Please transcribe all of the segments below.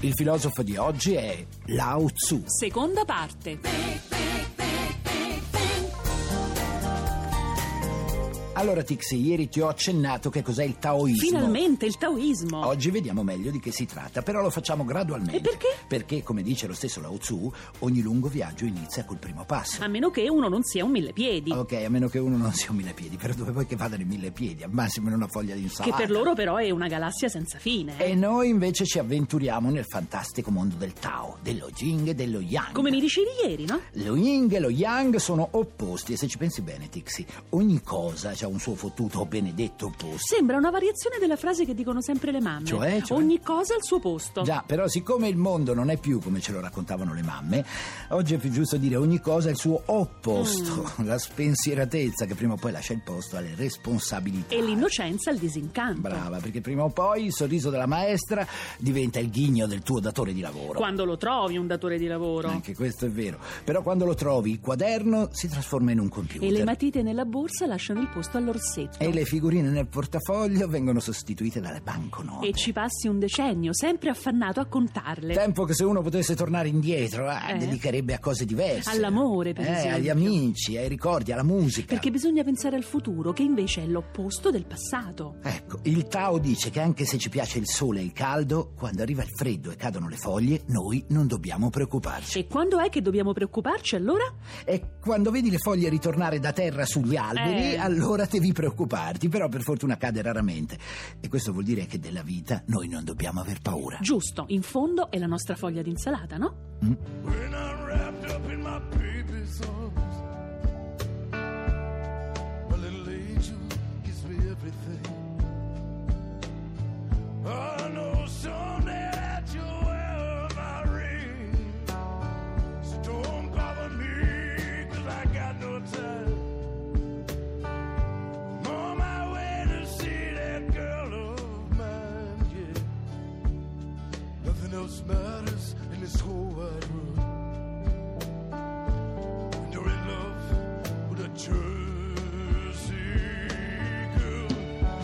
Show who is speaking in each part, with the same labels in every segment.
Speaker 1: Il filosofo di oggi è Lao Tzu.
Speaker 2: Seconda parte.
Speaker 1: Allora Tixi, ieri ti ho accennato che cos'è il taoismo.
Speaker 2: Finalmente il taoismo.
Speaker 1: Oggi vediamo meglio di che si tratta, però lo facciamo gradualmente.
Speaker 2: E perché?
Speaker 1: Perché, come dice lo stesso Lao Tzu, ogni lungo viaggio inizia col primo passo.
Speaker 2: A meno che uno non sia un millepiedi.
Speaker 1: Ok, a meno che uno non sia un mille piedi, però dove vuoi che vadano i mille piedi? Al massimo in una foglia di
Speaker 2: Che
Speaker 1: insalata.
Speaker 2: per loro però è una galassia senza fine.
Speaker 1: E noi invece ci avventuriamo nel fantastico mondo del Tao, dello Jing e dello Yang.
Speaker 2: Come mi dicevi ieri, no?
Speaker 1: Lo yin e lo yang sono opposti e se ci pensi bene, Tixi, ogni cosa ha un suo fottuto o benedetto opposto.
Speaker 2: Sembra una variazione della frase che dicono sempre le mamme.
Speaker 1: Cioè, cioè?
Speaker 2: Ogni cosa al suo posto.
Speaker 1: Già, però siccome il mondo non è più come ce lo raccontavano le mamme, oggi è più giusto dire ogni cosa ha il suo opposto,
Speaker 2: Mm.
Speaker 1: la spensieratezza che prima o poi lascia il posto alle responsabilità.
Speaker 2: E l'innocenza al disincanto.
Speaker 1: Brava, perché prima o poi il sorriso della maestra diventa il ghigno del tuo datore di lavoro.
Speaker 2: Quando lo trovi un datore di lavoro.
Speaker 1: Anche questo è vero. Però quando lo trovi, il quaderno si trasforma in un computer.
Speaker 2: E le matite nella borsa lasciano il posto all'orsetto.
Speaker 1: E le figurine nel portafoglio vengono sostituite dalle banconote.
Speaker 2: E cioè, ci passi un decennio, sempre affannato a contarle.
Speaker 1: Tempo che se uno potesse tornare indietro, eh,
Speaker 2: Eh.
Speaker 1: dedicherebbe a cose diverse.
Speaker 2: All'amore, per
Speaker 1: Eh,
Speaker 2: esempio.
Speaker 1: agli amici, ai ricordi, alla musica.
Speaker 2: Perché bisogna pensare al futuro, che invece è l'opposto del passato.
Speaker 1: Ecco, il Tao dice che anche se ci piace il sole e il caldo, quando arriva il freddo e cadono le foglie, noi non dobbiamo preoccuparci.
Speaker 2: E quando è che dobbiamo preoccuparci allora?
Speaker 1: E quando vedi le foglie ritornare da terra sugli alberi,
Speaker 2: Eh.
Speaker 1: allora devi preoccuparti, però per fortuna cade raramente. E questo vuol dire che della vita noi non dobbiamo aver paura.
Speaker 2: Giusto, in fondo è la nostra foglia d'insalata, no?
Speaker 3: When I'm wrapped up in my baby's arms, my little angel gives me everything. I know someday that you'll wear my ring. So don't bother me, cause I got no time. I'm on my way to see that girl of mine, yeah. Nothing else matters in this whole wide world. And you're in love with a Jersey girl.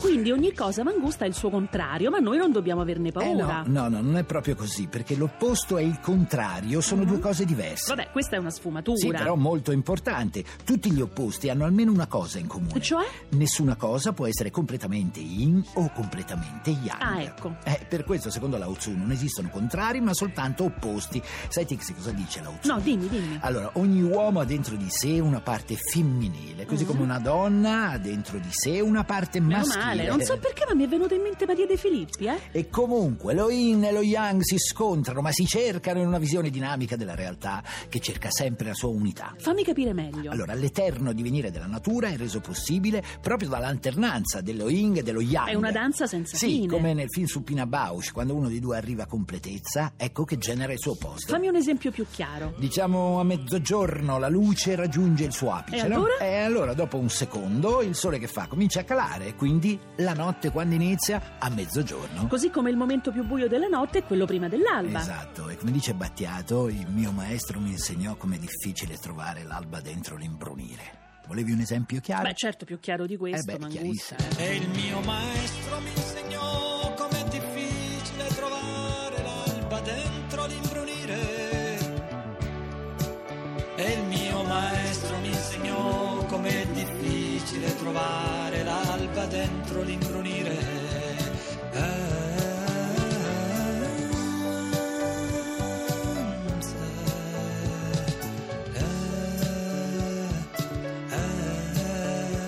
Speaker 2: Quindi ogni cosa mangusta è il suo contrario, ma noi non dobbiamo averne
Speaker 1: Eh
Speaker 2: paura.
Speaker 1: no, no, no, non è proprio così, perché l'opposto e il contrario sono due cose diverse.
Speaker 2: Mm-hmm. Vabbè, questa è una sfumatura.
Speaker 1: Sì, però molto importante. Tutti gli opposti hanno almeno una cosa in comune.
Speaker 2: Cioè?
Speaker 1: Nessuna cosa può essere completamente yin o completamente yang.
Speaker 2: Ah, ecco.
Speaker 1: Eh, per questo, secondo Lao Tzu, non esistono contrari, ma soltanto opposti. Sai, Tixi, cosa dice Lao Tzu?
Speaker 2: No, dimmi, dimmi.
Speaker 1: Allora, ogni uomo ha dentro di sé una parte femminile, così come una donna ha dentro di sé una parte
Speaker 2: Mm. Meno
Speaker 1: maschile.
Speaker 2: male, non so perché, ma mi è venuta in mente Maria De Filippi, eh?
Speaker 1: E comunque lo yin e lo yang si scontrano, ma si cercano in una visione dinamica della realtà che cerca sempre la sua unità.
Speaker 2: Fammi capire meglio.
Speaker 1: Allora, l'eterno divenire della natura è reso possibile proprio dall'alternanza dello yin e dello yang.
Speaker 2: È una danza senza
Speaker 1: eh, Sì,
Speaker 2: fine.
Speaker 1: come nel film su Pina Bausch, quando uno dei due arriva a completezza, ecco che genera il suo opposto.
Speaker 2: Fammi un esempio più chiaro.
Speaker 1: Diciamo a mezzogiorno la luce raggiunge il suo apice,
Speaker 2: E
Speaker 1: no?
Speaker 2: allora?
Speaker 1: E allora dopo un secondo il sole che fa? Comincia a calare, quindi la notte quando inizia? A mezzogiorno.
Speaker 2: Così come il momento più buio della notte è quello prima dell'alba.
Speaker 1: Esatto, e come dice Battiato, il mio maestro mi insegnò com'è difficile trovare l'alba dentro l'imbrunire. Volevi un esempio chiaro?
Speaker 2: Beh, certo, più chiaro di questo,
Speaker 1: Eh beh,
Speaker 2: Mangusta.
Speaker 1: chiarissimo.
Speaker 2: eh.
Speaker 4: E il mio maestro mi insegnò com'è difficile trovare l'alba dentro l'imbrunire. E il mio maestro mi insegnò com'è difficile trovare l'alba dentro l'imbrunire. Eh, Anza, an- an-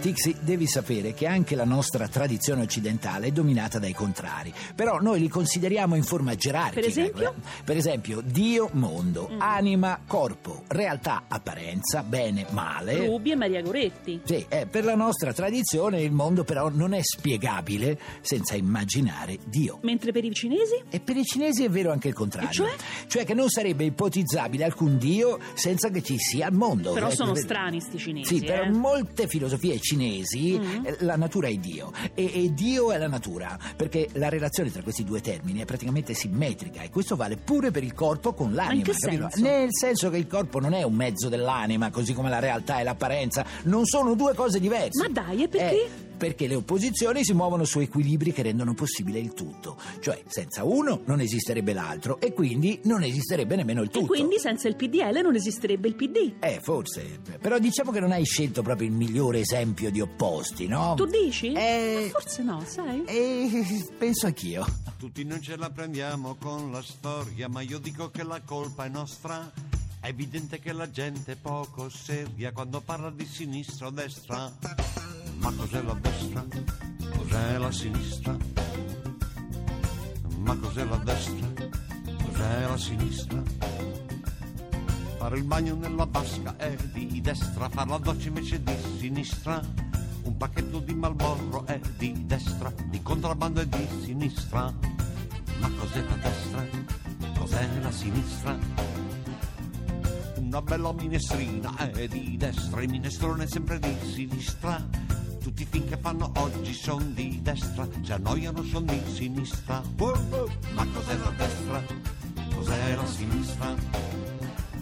Speaker 1: Tixi, devi sapere che anche la nostra tradizione occidentale è dominata dai contrari, però noi li consideriamo in forma gerarchica. eh?
Speaker 2: Per esempio? Mm.
Speaker 1: Per esempio, Dio, mondo, anima, corpo, realtà, apparenza, bene, male.
Speaker 2: Rubi e Maria Goretti.
Speaker 1: Sì, eh, per la nostra tradizione il mondo però non è spiegabile senza immaginare Dio.
Speaker 2: Mentre per i cinesi?
Speaker 1: E per i cinesi è vero anche il contrario.
Speaker 2: E cioè?
Speaker 1: Cioè che non sarebbe ipotizzabile alcun Dio senza che ci sia il mondo.
Speaker 2: Però
Speaker 1: Eh,
Speaker 2: sono
Speaker 1: per-
Speaker 2: strani sti cinesi.
Speaker 1: Sì, per
Speaker 2: eh. Mm-hmm.
Speaker 1: molte filosofie cinesi eh, la natura è Dio e, e Dio è la natura, perché la relazione tra questi due termini è praticamente simmetrica e questo vale pure per il corpo con l'anima.
Speaker 2: che
Speaker 1: capito?
Speaker 2: senso?
Speaker 1: Nel senso che il corpo non è un mezzo dell'anima, così come la realtà e l'apparenza, non sono due cose diverse.
Speaker 2: Ma dai, e perché?
Speaker 1: Eh, perché le opposizioni si muovono su equilibri che rendono possibile il tutto, cioè senza uno non esisterebbe l'altro e quindi non esisterebbe nemmeno il tutto.
Speaker 2: E quindi senza il PDL non esisterebbe il PD.
Speaker 1: Eh, forse. Però diciamo che non hai scelto proprio il migliore esempio di opposti, no?
Speaker 2: Tu dici?
Speaker 1: Oh. Eh.
Speaker 2: Ma Forse no, sai?
Speaker 1: Eh, penso anch'io.
Speaker 5: Tutti non ce la prendiamo con la storia, ma io dico che la colpa è nostra. È evidente che la gente è poco seria quando parla di sinistra o destra. Ma cos'è la destra? Cos'è la sinistra? Ma cos'è la destra? Cos'è la sinistra? Fare il bagno nella vasca è di destra, fare la doccia invece di sinistra. Un pacchetto di Malborro è di destra, di contrabbando è di sinistra. Ma cos'è la destra? Cos'è la sinistra? Una bella minestrina è di destra, il minestrone è sempre di sinistra. Tutti i film che fanno oggi sono di destra, ci annoiano sono di sinistra. Ma cos'è la destra? Cos'è la sinistra?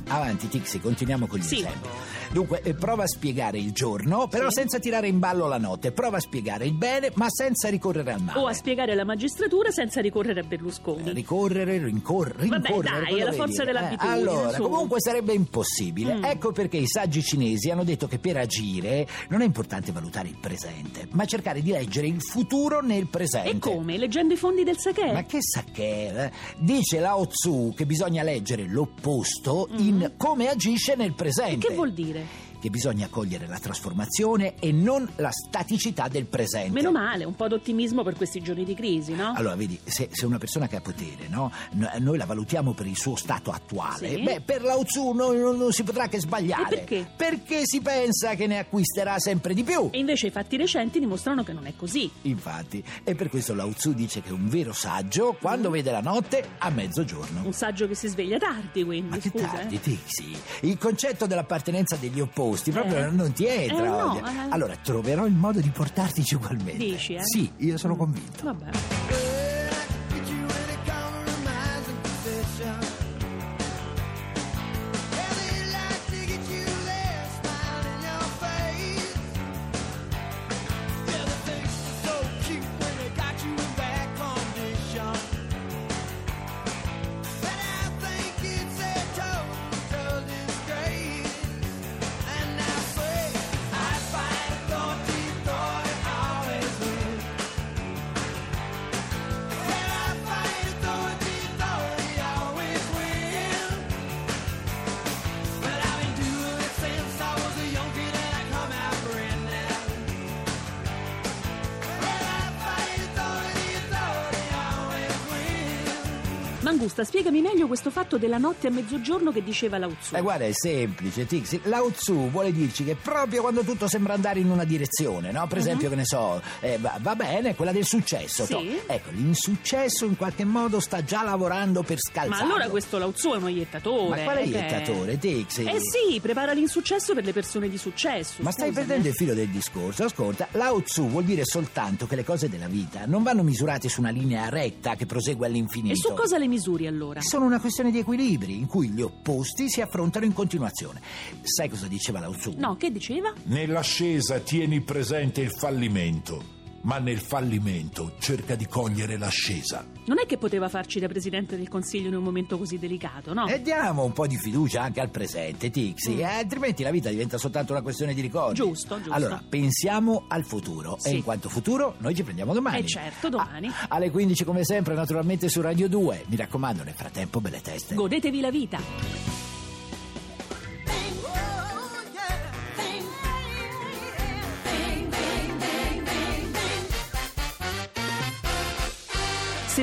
Speaker 1: Avanti, Tixi, continuiamo con gli
Speaker 2: Sì.
Speaker 1: esempi. Dunque, eh, prova a spiegare il giorno, però
Speaker 2: Sì.
Speaker 1: senza tirare in ballo la notte. Prova a spiegare il bene, ma senza ricorrere al male.
Speaker 2: O Oh, a spiegare alla magistratura senza ricorrere a
Speaker 1: Eh,
Speaker 2: Berlusconi.
Speaker 1: Ricorrere, rincorrere,
Speaker 2: Vabbè,
Speaker 1: rincorrere.
Speaker 2: dai,
Speaker 1: cosa
Speaker 2: è la
Speaker 1: vuoi
Speaker 2: forza
Speaker 1: dire?
Speaker 2: dell'abitudine,
Speaker 1: allora,
Speaker 2: insomma.
Speaker 1: comunque sarebbe impossibile.
Speaker 2: Mm.
Speaker 1: Ecco perché i saggi cinesi hanno detto che per agire non è importante valutare il presente, ma cercare di leggere il futuro nel presente.
Speaker 2: e come? Leggendo i fondi del sake?
Speaker 1: Ma che sa che eh? dice Lao Tzu che bisogna leggere l'opposto in come agisce nel
Speaker 2: E
Speaker 1: presente.
Speaker 2: Mhm. che vuol dire?
Speaker 1: Che bisogna cogliere la trasformazione e non la staticità del presente.
Speaker 2: Meno male, un po' d'ottimismo per questi giorni di crisi, no?
Speaker 1: Allora, vedi, se, se una persona che ha potere, no? No- noi la valutiamo per il suo stato attuale,
Speaker 2: Sì.
Speaker 1: beh, per Lao Tzu non, non- non si potrà che sbagliare.
Speaker 2: E perché?
Speaker 1: Perché si pensa che ne acquisterà sempre di più.
Speaker 2: E invece i fatti recenti dimostrano che non è così.
Speaker 1: Infatti, e per questo Lao Tzu dice che un vero saggio,
Speaker 2: Mm.
Speaker 1: quando vede la notte, a mezzogiorno.
Speaker 2: Un saggio che si sveglia tardi, quindi,
Speaker 1: Ma che
Speaker 2: scusa.
Speaker 1: tardi,
Speaker 2: eh.
Speaker 1: Tixi. Il concetto dell'appartenenza degli opposti proprio
Speaker 2: Eh.
Speaker 1: non ti
Speaker 2: Eh,
Speaker 1: entra.
Speaker 2: no,
Speaker 1: oggi.
Speaker 2: eh.
Speaker 1: Allora, troverò il modo di portartici ugualmente.
Speaker 2: Dici, eh?
Speaker 1: Sì, io sono
Speaker 2: Mm.
Speaker 1: convinto.
Speaker 2: Vabbè. Mangusta, spiegami meglio questo fatto della notte a mezzogiorno che diceva Lao Tzu.
Speaker 1: Eh, guarda, è semplice, Tixi. Lao Tzu vuole dirci che proprio quando tutto sembra andare in una direzione, no? Per esempio, che ne so, eh, va, va bene, quella del successo.
Speaker 2: Mhm. Sì.
Speaker 1: toh. Ecco, l'insuccesso in qualche modo sta già lavorando per
Speaker 2: Ma
Speaker 1: scalzare.
Speaker 2: allora questo Lao Tzu è uno iettatore.
Speaker 1: esatto. Ma quale
Speaker 2: eh, che-
Speaker 1: iettatore, Tixi?
Speaker 2: Eh sì, prepara l'insuccesso per le persone di successo. eh.
Speaker 1: Ma stai
Speaker 2: scusami.
Speaker 1: perdendo il filo del discorso, ascolta, Lao Tzu vuol dire soltanto che le cose della vita non vanno misurate su una linea retta che prosegue all'infinito.
Speaker 2: E su cosa le misuri allora?
Speaker 1: Sono una questione di equilibri in cui gli opposti si affrontano in continuazione. Sai cosa diceva Lao Tzu?
Speaker 2: No, che diceva?
Speaker 6: Nell'ascesa tieni presente il fallimento, ma nel fallimento cerca di cogliere l'ascesa.
Speaker 2: Non è che poteva farci da presidente del consiglio in un momento così delicato, no? Mm.
Speaker 1: E diamo un po' di fiducia anche al presente, Tixi, eh, altrimenti la vita diventa soltanto una questione di ricordi.
Speaker 2: Giusto, giusto.
Speaker 1: Allora, pensiamo al futuro
Speaker 2: Sì.
Speaker 1: e in quanto futuro noi ci prendiamo domani.
Speaker 2: Eh, certo, domani.
Speaker 1: Ah, alle 15 come sempre, naturalmente su Radio 2. Mi raccomando, nel frattempo belle teste.
Speaker 2: Godetevi la vita.
Speaker 7: Thing, oh yeah, thing, thing, thing.
Speaker 2: Se